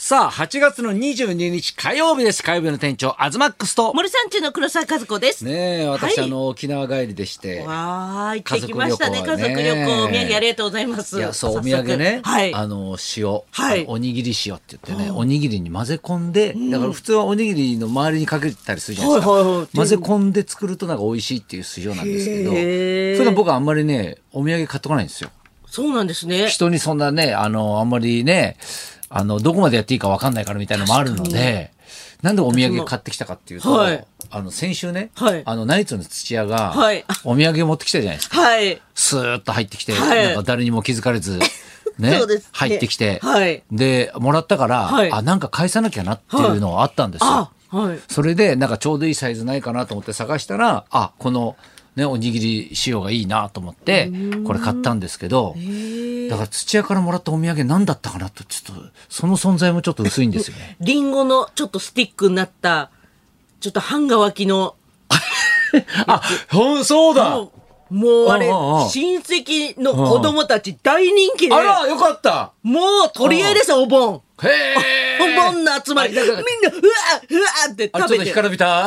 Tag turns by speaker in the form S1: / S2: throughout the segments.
S1: さあ、8月の22日火曜日です。火曜日の店長、アズマックスと。
S2: 森さん中の黒沢和子です。
S1: ねえ、私、
S2: はい
S1: あの、沖縄帰りでして。
S2: わーい、行ってきましたね。
S1: 家
S2: 家
S1: 族
S2: 族
S1: 旅
S2: 旅
S1: 行はね
S2: 行、お土産ありがとうございます。
S1: いや、そう、お
S2: 早
S1: 土
S2: 速
S1: 産ね。
S2: はい。
S1: あの、塩。
S2: はい
S1: あのおにぎり塩って言ってね、おにぎりに混ぜ込んで、だから普通はおにぎりの周りにかけたりするじゃないですか。
S2: はいはいはい
S1: 混ぜ込んで作るとなんか美味しいっていう塩なんですけど、
S2: へー
S1: 普段僕はあんまりね、お土産買ってこないんですよ。
S2: そうなんですね。
S1: 人にそんなね、あの、あんまりね、あの、どこまでやっていいかわかんないからみたいなのもあるので、なんでお土産買ってきたかっていうと、
S2: はい
S1: あの、先週ね、
S2: はい
S1: あの、ナイツの土屋が、
S2: はい
S1: お土産持ってきたじゃないですか。
S2: はい。
S1: スーッと入ってきて、
S2: はい
S1: なんか誰にも気づかれ ず、ね
S2: そうですね
S1: 入ってきて、
S2: はい
S1: で、もらったから、
S2: はい
S1: あ、なんか返さなきゃなっていうのはあったんですよ。
S2: あ、はい。
S1: それで、なんかちょうどいいサイズないかなと思って探したら、あ、この、ね、おにぎり仕様がいいなと思って、これ買ったんですけど、だから土屋からもらったお土産何だったかなと、ちょっと、その存在もちょっと薄いんですよ ね。
S2: リンゴのちょっとスティックになった、ちょっと半乾きの、
S1: あ、ほん、そうだ
S2: もうもうあれ、
S1: ああああ
S2: 親戚の子供たち大人気で、
S1: あら、よかった
S2: もう取り合いですよ、お盆。
S1: へえ
S2: お盆の集まり。みん
S1: あ
S2: な、うわうわって
S1: あれ
S2: 食
S1: ちょっ
S2: べ
S1: と
S2: て
S1: 干。からびた、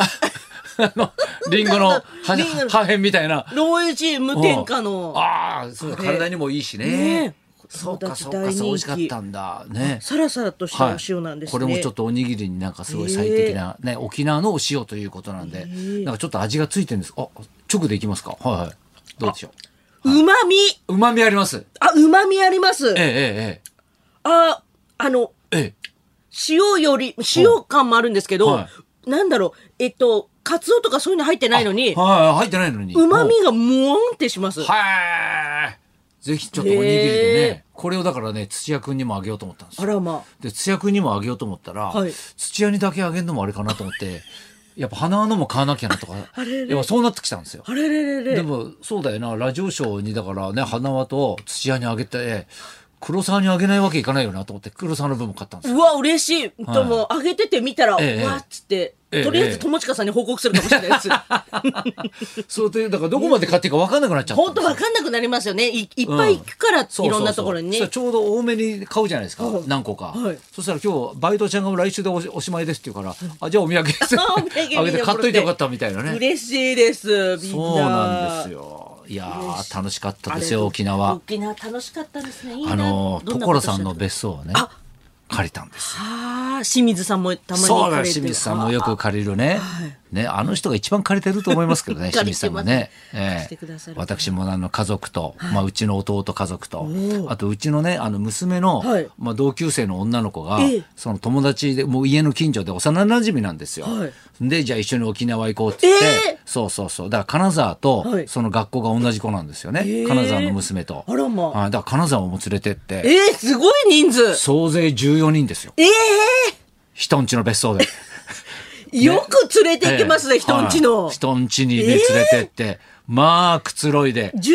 S1: あの、リンゴのは
S2: リンゴの
S1: 破片みたいな。
S2: ローエジ無添加の。
S1: ああ、そうだ、
S2: あれ
S1: 体にもいいし
S2: ね
S1: ね
S2: え。
S1: そう
S2: 友
S1: か、
S2: 達
S1: そう
S2: 大
S1: か、
S2: 人気
S1: そう、美味しかったんだ。ね。
S2: サラサラとしたお塩なんですね。
S1: これもちょっとおにぎりになんかすごい最適な、ね、沖縄のお塩ということなんで、なんかちょっと味がついてるんです。あ、直でいきますか。はいはい。どうでしょ
S2: うまみ
S1: う。うまみあります。
S2: あ、うまみあります
S1: え。え
S2: あ、あの、
S1: えええええ。
S2: 塩より、塩感もあるんですけど、
S1: は
S2: なんだろう、えっと、カツオとかそういうの入ってないの
S1: は
S2: に、
S1: いはい、入ってないのに。
S2: うまみがムオンってします。
S1: おはい。ぜひちょっとおにぎりでね、これをだからね、土屋くんにもあげようと思ったんです
S2: あ
S1: よ。
S2: らま
S1: で、土屋くんにもあげようと思ったら、
S2: はい
S1: 土屋にだけあげるのもあれかなと思って、 やっぱ花のも買わなきゃなとか、やっぱそうなってきたんですよ
S2: あ。。あれれれれ。
S1: でもそうだよなラジオショーにだからね花輪と土屋にあげて黒沢にあげないわけいかないよなと思って黒沢の分も買ったんですよ
S2: うわ、嬉しい。でも、あげてて見たら、
S1: ええ
S2: うわっつって、
S1: ええ
S2: とりあえず友近さんに報告するかもしれないです。
S1: そうでだからどこまで買っていいか分かんなくなっちゃった
S2: 本当わかんなくなりますよね。いいっぱい行くから、
S1: そうそうそう
S2: いろんなところに
S1: そし
S2: ね
S1: たら。ちょうど多めに買うじゃないですか、
S2: はい
S1: 何個か、
S2: はい
S1: そしたら今日バイトちゃんが来週でおしおしまいですって言うから、あじゃあお土産です
S2: お土産に
S1: あげて買っといてよかったみたいなね
S2: 嬉しいです。みんな。
S1: そうなんですよいやー楽しかったですよ沖縄
S2: 沖縄楽しかったですね。いいな
S1: あのー
S2: どなこ
S1: 所
S2: と
S1: さんの
S2: して
S1: 別荘をね
S2: あ
S1: 借りたんです
S2: ああ、清水さんもたまに
S1: そうだ
S2: 行かれて
S1: 清水さんもよく借りるね,、ねあの人が一番借りてると思いますけどね清
S2: 借
S1: 水さ
S2: りて
S1: んも
S2: ます
S1: ね、
S2: 貸
S1: え
S2: してくださ
S1: え
S2: る
S1: 私もあの家族と、まあ、うちの弟家族とあとうちのねあの娘の、
S2: はい
S1: まあ、同級生の女の子が、
S2: ええ
S1: その友達でもう家の近所で幼なじみなんですよ、
S2: はい
S1: でじゃあ一緒に沖縄行こうって言って、
S2: ええ
S1: そうそうそうだから金沢と
S2: はい
S1: その学校が同じ子なんですよね、
S2: え
S1: 金沢の娘と
S2: あらま
S1: はいだから金沢も連れてって
S2: えー、すごい人数。
S1: 総勢14人ですよ
S2: え
S1: 人んちの別荘で。
S2: えよく連れて行きますね、
S1: ええ
S2: 人んちの。
S1: はい
S2: 14
S1: 人んちにね、連れてって、まあ、くつろいで。
S2: 人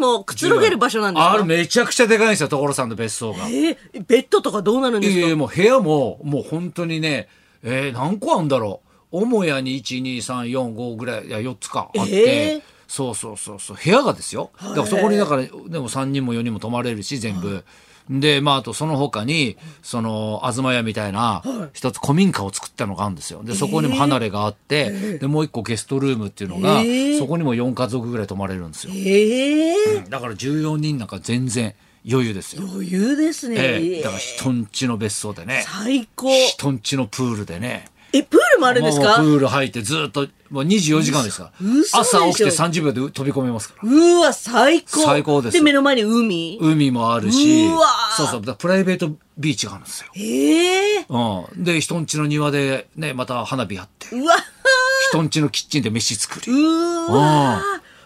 S2: もくつろげる場所なんです
S1: あれ、
S2: か
S1: めちゃくちゃでかいんですよ、所さんの別荘が。い
S2: ええベッドとかどうなるん
S1: や
S2: ですか
S1: いや、もう部屋も、もう本当にね、えー、何個あんだろう。母屋に1、2、3、4、5ぐらい、いや、4つかあって。
S2: ええ
S1: そうそうそうそう部屋がですよだからそこにだからでも3人も4人も泊まれるし全部、でまああとその他にその東屋みたいな一つ古民家を作ったのがあるんですよでそこにも離れがあって、でもう一個ゲストルームっていうのが、
S2: ええ
S1: そこにも4家族ぐらい泊まれるんですよ
S2: ええ
S1: だから14人なんか全然余裕ですよ、
S2: 余裕ですね。
S1: ええ
S2: ええ
S1: だから人んちの別荘でね
S2: 最高。
S1: 人んちのプールでね
S2: え、プールもあるんですか
S1: もう
S2: う
S1: プール入ってずっともう24時間ですから
S2: 嘘でしょ
S1: 朝起きて30秒で飛び込めますから
S2: ーわ、最高。
S1: 最高ですよ
S2: で、目の前に海。
S1: 海もあるし
S2: うわー
S1: そうそうだからプライベートビーチがあるんですよ、
S2: ええ
S1: うん、で人んちの庭でねまた花火やって
S2: うわ
S1: 人んちのキッチンで飯作り
S2: うわ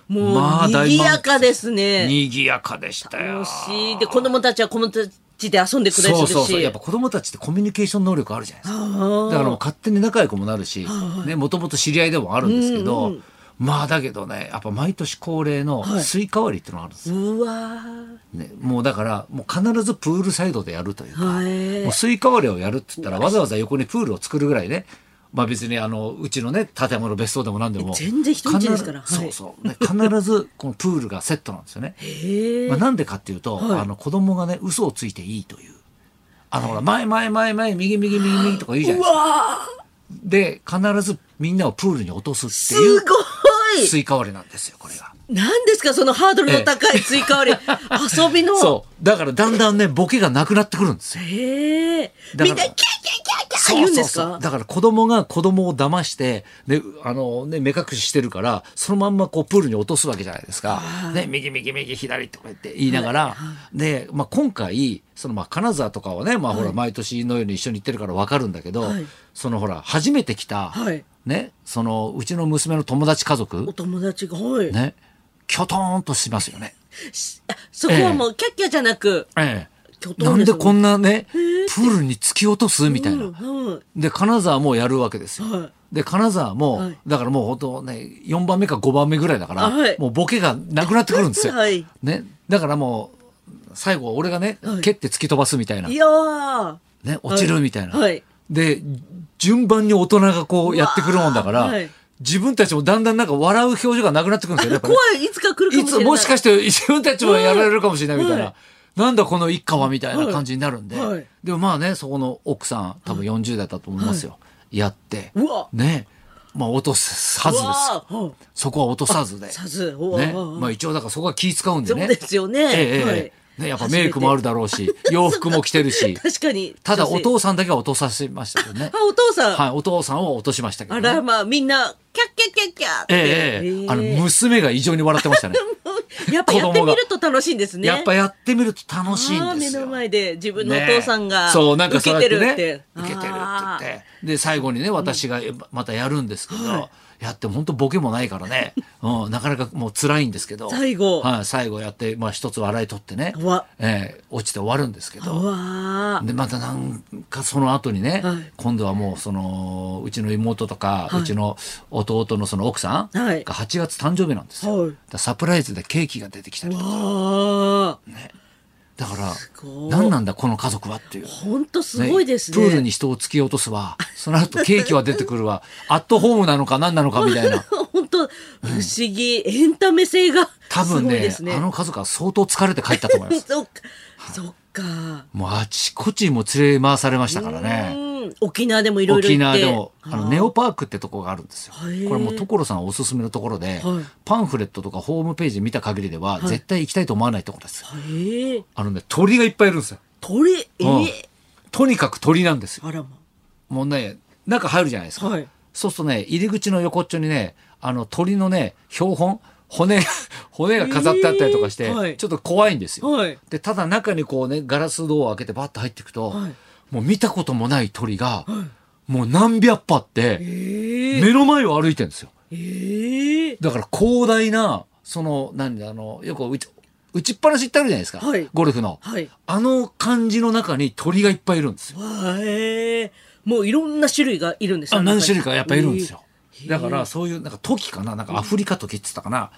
S2: もう、
S1: まあ大満足
S2: 賑やかですね。
S1: にぎやかでしたよ
S2: 楽しい。で、子供たちは子供たちで遊んでくれるし。
S1: そうそうそうやっぱ子供たちってコミュニケーション能力あるじゃないですかだからもう勝手に仲良くもなるしねもともと知り合いでもあるんですけど、まあだけどねやっぱ毎年恒例のスイカ割りってのがあるんですよ、
S2: うわー
S1: ね、もうだからもう必ずプールサイドでやるというか、
S2: はい
S1: もうスイカ割りをやるって言ったらわざわざ横にプールを作るぐらいねまあ別にあのうちのね建物別荘でも何でも
S2: 全然人んちですから
S1: 必ず
S2: はい
S1: そうそう、ね、必ずこのプールがセットなんですよね、
S2: へえ
S1: まあ、なんでかっていうと、
S2: はい
S1: あの子供がね嘘をついていいというあのほら前前前前右右右右とか言うじゃな
S2: う
S1: い
S2: わ
S1: ですかで必ずみんなをプールに落とす
S2: ー
S1: って
S2: す
S1: い
S2: ご
S1: う
S2: い
S1: スイカ割りなんですよこれが
S2: 何ですかそのハードルの高いスイカ割り遊びの
S1: そうだからだんだんねボケがなくなってくるんですよ
S2: へえ
S1: だから
S2: みんなキャーキャーキャーキャー言うんです
S1: そうそうそう
S2: か
S1: だから子供が子供を騙して、ね、あの、ね、目隠ししてるから、そのまんまこうプールに落とすわけじゃないですか。ね、右右右左とか言って言いながら、で、まあ、今回、そのまあ、金沢とかはね、まあ、ほら、毎年のように一緒に行ってるからわかるんだけど、
S2: はい
S1: そのほら、初めて来た、
S2: はい
S1: ね、その、うちの娘の友達家
S2: お
S1: 族、
S2: 友達がはい、
S1: ね、きょとーんとしますよね。
S2: あそこはもうキャッキャじゃなく、
S1: え
S2: きょと
S1: え。
S2: ん
S1: なんでこ
S2: なん
S1: なね、プールに突き落とすみたいな。
S2: うん
S1: で金沢もやるわけですよ、
S2: はい
S1: で金沢も、
S2: はい
S1: だからもう本当ね4番目か5番目ぐらいだから、
S2: はい
S1: もうボケがなくなってくるんですよ、
S2: はい
S1: ね、だからもう最後は俺がね、
S2: はい
S1: 蹴って突き飛ばすみたいな、
S2: いやー
S1: ね、落ちるみたいな、
S2: はい
S1: で順番に大人がこうやってくるもんだから、
S2: うわーはい
S1: 自分たちもだんだんなんか笑う表情がなくなってくるんですよねやっぱね
S2: 怖いいつか来るか
S1: い
S2: もし
S1: つ
S2: れない
S1: もしかして自分たちもやられるかもしれないみたいな、
S2: はい
S1: なんだこの一家はみたいな感じになるんで、
S2: はいはい
S1: でもまあねそこの奥さん多分40代だと思いますよ、やって
S2: うわ
S1: ねまあ落とさずですよ
S2: うわー
S1: そこは落とさずで、
S2: さずお
S1: ね
S2: お
S1: まあ、一応だからそこは気使うんで
S2: そう
S1: ね
S2: ですよね、
S1: ええええ
S2: はい
S1: ねやっぱメイクもあるだろうし洋服も着てるし
S2: 確かに
S1: ただお
S2: 女
S1: 父さんだけは落とさせましたけどね
S2: 性あお父さん、
S1: はいお父さんは落としましたけど、
S2: あ
S1: ね、
S2: らまあみんなキャッキャッキャッキャーって
S1: ええええええあの娘が異常に笑ってましたね
S2: やっぱやってみると楽しいんですね。
S1: やっぱやってみると楽しい
S2: あ
S1: ん
S2: ー
S1: です
S2: 目の
S1: よ
S2: 前で自分のお
S1: ね
S2: 父さんが
S1: そうなん
S2: 受
S1: かそうや
S2: けてるって。
S1: ね、受けてるって言ってで最後にね私がまたやるんですけど、
S2: は
S1: やっても本当ボケもないから ね、うん、なかなかもう辛いんですけど
S2: 最後
S1: はい、最後やって、まあ、一つ笑い取ってね
S2: うわ、
S1: えー落ちて終わるんですけ
S2: あー
S1: ど
S2: うわー
S1: でまたなんかその後にね、
S2: はい
S1: 今度はもうそのうちの妹とか、
S2: はいう
S1: ちの弟のその奥さんが
S2: はい
S1: 8月誕生日なんですよ、
S2: はい
S1: だからサプライズでケーキが出てきたりとか
S2: わー
S1: だから
S2: ごい
S1: 何なんだこの家族はっていう。
S2: ほんとすごいですね。
S1: プール に人を突き落とすわその後ケーキは出てくるわアットホームなのか何なのかみたいな
S2: 本当不思議、エンタメ性が
S1: 多
S2: す
S1: 分
S2: ごい
S1: ね
S2: ですね。
S1: あの家族は相当疲れて帰ったと思います
S2: そっか、そっか。
S1: もうあちこちも連れ回されましたから
S2: う
S1: ね
S2: ん沖縄でもいろいろ
S1: 沖
S2: 行って。
S1: 縄でもあ
S2: あ
S1: の
S2: ー
S1: ネオパークってとこがあるんですよ
S2: へー
S1: これもう所さんおすすめのところで、
S2: はい
S1: パンフレットとかホームページ見た限りでは絶対行きたいと思わないところです、
S2: へえ
S1: あのね鳥がいっぱいいるんですよ
S2: 鳥、え
S1: うん
S2: ー、
S1: とにかく鳥なんですよ
S2: あらま。
S1: もうね中入るじゃないですか、
S2: はい。
S1: そうするとね、入り口の横っちょにね、あの鳥のね、標本、骨、骨が 飾ってあったりとかして、
S2: えーはい
S1: ちょっと怖いんですよ。
S2: はい。
S1: で、ただ中にこうね、ガラスドアを開けてバッと入っていくと、
S2: はい
S1: もう見たこともない鳥が、もう何百羽って、
S2: ええ
S1: 目の前を歩いてるんですよ。
S2: ええ
S1: だから広大な、その、何だ、あの、よく打ち打ちっぱなしってあるじゃないですか、
S2: はい
S1: ゴルフの。
S2: はい。
S1: あの感じの中に鳥がいっぱいいるんですよ。
S2: わあへえもういろんな種類がいるんです
S1: あ
S2: よ
S1: 何種類かやっぱいるんですよ。
S2: へえ
S1: だからそういうなんかトキかななんかアフリカトキって言ってたかな、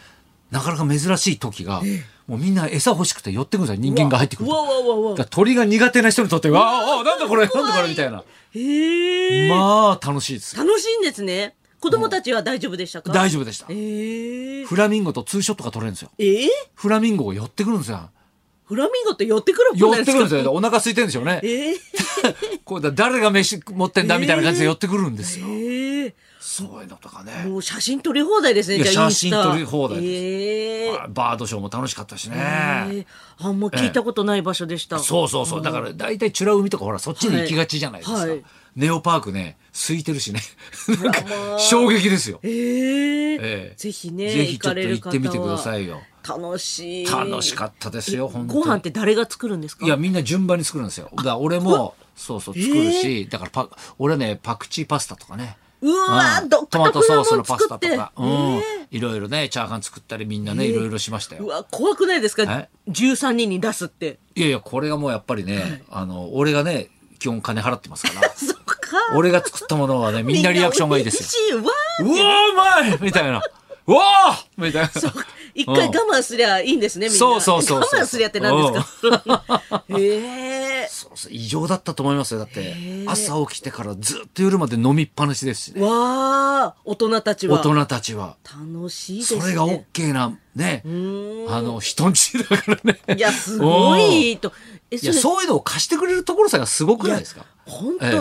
S1: なかなか珍しいトキが、もうみんな餌欲しくて寄ってくるんですよ人間が入ってくる
S2: うわ
S1: と。
S2: うわうわう
S1: だ
S2: わ
S1: から鳥が苦手な人にとってわああなんだこれなんだこれみたいな。
S2: へえ
S1: まあ楽しいですよ。
S2: 楽しいんですね子供たちは大丈夫でしたか
S1: 大丈夫でした。
S2: へえ
S1: フラミンゴとツーショットが取れるんですよ。
S2: ええ
S1: フラミンゴが寄ってくるんですよ。
S2: フラミンゴって寄ってくる
S1: 寄
S2: もん
S1: っ
S2: な
S1: て
S2: ん
S1: くる
S2: ですか
S1: んですよ。お腹空いてるんでしょうね。
S2: ええ
S1: こうだ誰が飯持ってんだみたいな感じで寄ってくるんですよ。
S2: ええ
S1: そういうのとかね。
S2: もう写真撮り放題ですね
S1: いや
S2: じゃあイン
S1: 写真
S2: スタ
S1: 撮り放題です
S2: ええ
S1: バードショーも楽しかったしね。
S2: へえあんま聞いたことない場所でした、
S1: そうそうそう。だから大体チュラ海とかほらそっちに行きがちじゃないですか。
S2: はいはい
S1: ネオパークね、空いてるしね。なんか衝撃ですよ。
S2: ええ
S1: ええ
S2: ぜひね
S1: ぜひちょっと
S2: 行
S1: 行っ
S2: かれ
S1: て
S2: る
S1: み
S2: 方
S1: てく
S2: は
S1: ださいよ。
S2: 楽しい
S1: 楽しかったですよ、本当に。
S2: ご飯って誰が作るんですか
S1: いや、みんな順番に作るんですよ。だから俺も、そうそう、作るし、だからパ、俺ね、パクチーパスタとかね。
S2: うわ
S1: ん
S2: ー独
S1: トマト
S2: 特な
S1: ソースの
S2: もん
S1: パス
S2: 作
S1: タ
S2: っ
S1: と
S2: て
S1: か、うん、いろいろね、チャーハン作ったりみんなね、いろいろしました
S2: う
S1: よ。
S2: わ怖くないですか
S1: え
S2: 13人に出すって、
S1: いやいや、これがもうやっぱりね、あの、俺がね、基本金払ってますから
S2: そっか
S1: 俺が作ったものはね、みんなリアクションがいいですよ。
S2: よわ
S1: うわーうまいみたいな。うわーみたいな。
S2: ー一回我慢すりゃいいんですねみんな
S1: そうそうそうそう
S2: 我慢すりゃって何ですかええ
S1: そうそう異常だったと思いますよ。だって
S2: へ、ー
S1: 朝起きてからずっと夜まで飲みっぱなしですしね。
S2: わか大人たち
S1: 大
S2: は
S1: 人たちは。
S2: 楽しいです
S1: そ
S2: ね
S1: れが OK な、ね。あの、人んちだからね。
S2: いやすごいとえ
S1: い
S2: そ
S1: や、
S2: れ
S1: そういうのを貸してくれるところさがすごくないですか
S2: 本当、
S1: え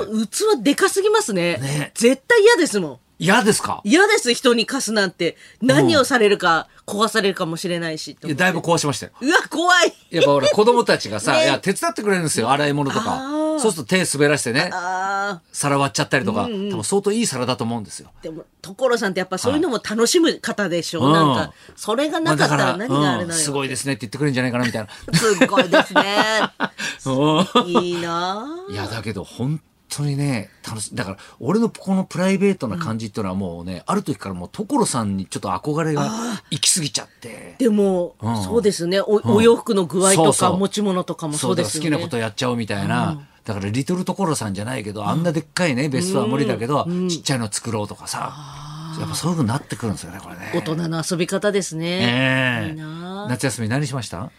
S2: 器でかすぎますね
S1: ね
S2: 絶対嫌ですもん
S1: 嫌ですか
S2: 嫌です人に貸すなんて何をされるか、壊されるかもしれないしと
S1: い
S2: 思
S1: や、
S2: って
S1: だいぶ壊しましたよ。
S2: うわ怖い
S1: やっぱほら、子供たちがさ、
S2: ね
S1: いや、手伝ってくれるんですよ、洗い物とか
S2: あー。
S1: そうすると手滑らしてね、
S2: あー
S1: 皿割っちゃったりとか、多分相当いい皿だと思うんですよ。
S2: でも所さんってやっぱそういうのも楽しむ方でしょ、
S1: はい
S2: なんかそれがなかったら何があれ
S1: うん
S2: なの
S1: す
S2: よ、
S1: ごいですねって言ってくれるんじゃないかな、みたいな。
S2: すごいですね
S1: うん
S2: いいなあ
S1: いや、だけど、本当にね、楽しい。だから、俺のこのプライベートな感じっていうのはもうね、ある時からもう所さんにちょっと憧れが行き過ぎちゃって。
S2: でも、
S1: ん
S2: そうですねおお洋服の具合とか
S1: そうそう
S2: 持ち物とかもそうですよね
S1: だから好きなことやっちゃおうみたいな、だからリトル所さんじゃないけどあんなでっかいね別荘は無理だけど、ちっちゃいの作ろうとかさ、やっぱそういうふうになってくるんですよねこれね。
S2: 大人の遊び方ですね、
S1: ええ
S2: いいなあ
S1: 夏休み何しました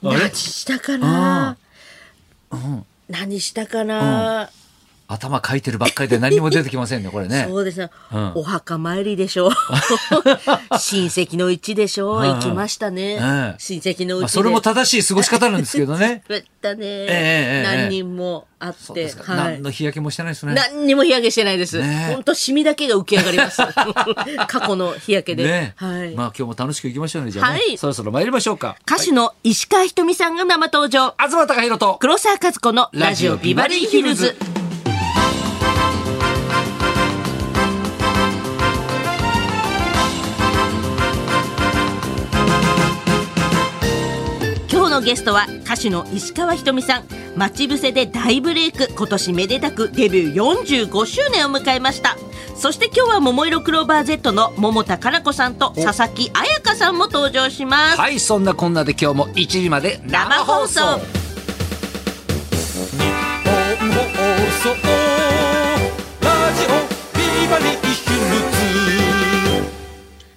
S2: 何したかな、何したかな、
S1: 頭かいてるばっかりで何も出てきませんねこれね。
S2: そうですね、
S1: ん
S2: お墓参りでし ょう親戚のうちでしょう、
S1: うん
S2: 行きましたね、
S1: ええ
S2: 親戚のうちで、。
S1: まあ、それも正しい過ごし方なんですけどね
S2: や ったね、
S1: ええ
S2: 何人もあっ
S1: そう
S2: て、
S1: ですか、
S2: はい
S1: 何の日焼けもしてないですね。
S2: 何にも日焼けしてないです。
S1: ねえ
S2: 本当シミだけが浮き上がり ます。過去の日焼けで。
S1: ね、
S2: はい。
S1: まあ今日も楽しくいきましょうねじゃあね、
S2: はい
S1: そろそろ参りましょうか。
S2: 歌手の石川ひとみさんが生登場。
S1: 東貴弘と
S2: 黒沢和子のラジオビバリーヒルズ。今日のゲストは歌手の石川ひとみさん待ち伏せで大ブレイク今年めでたくデビュー45周年を迎えましたそして今日は桃色クローバー Z の桃田かな子さんと佐々木彩香さんも登場します
S1: はいそんなこんなで今日も1時まで生
S2: 生放
S1: 放
S2: 送
S1: 送。日本放送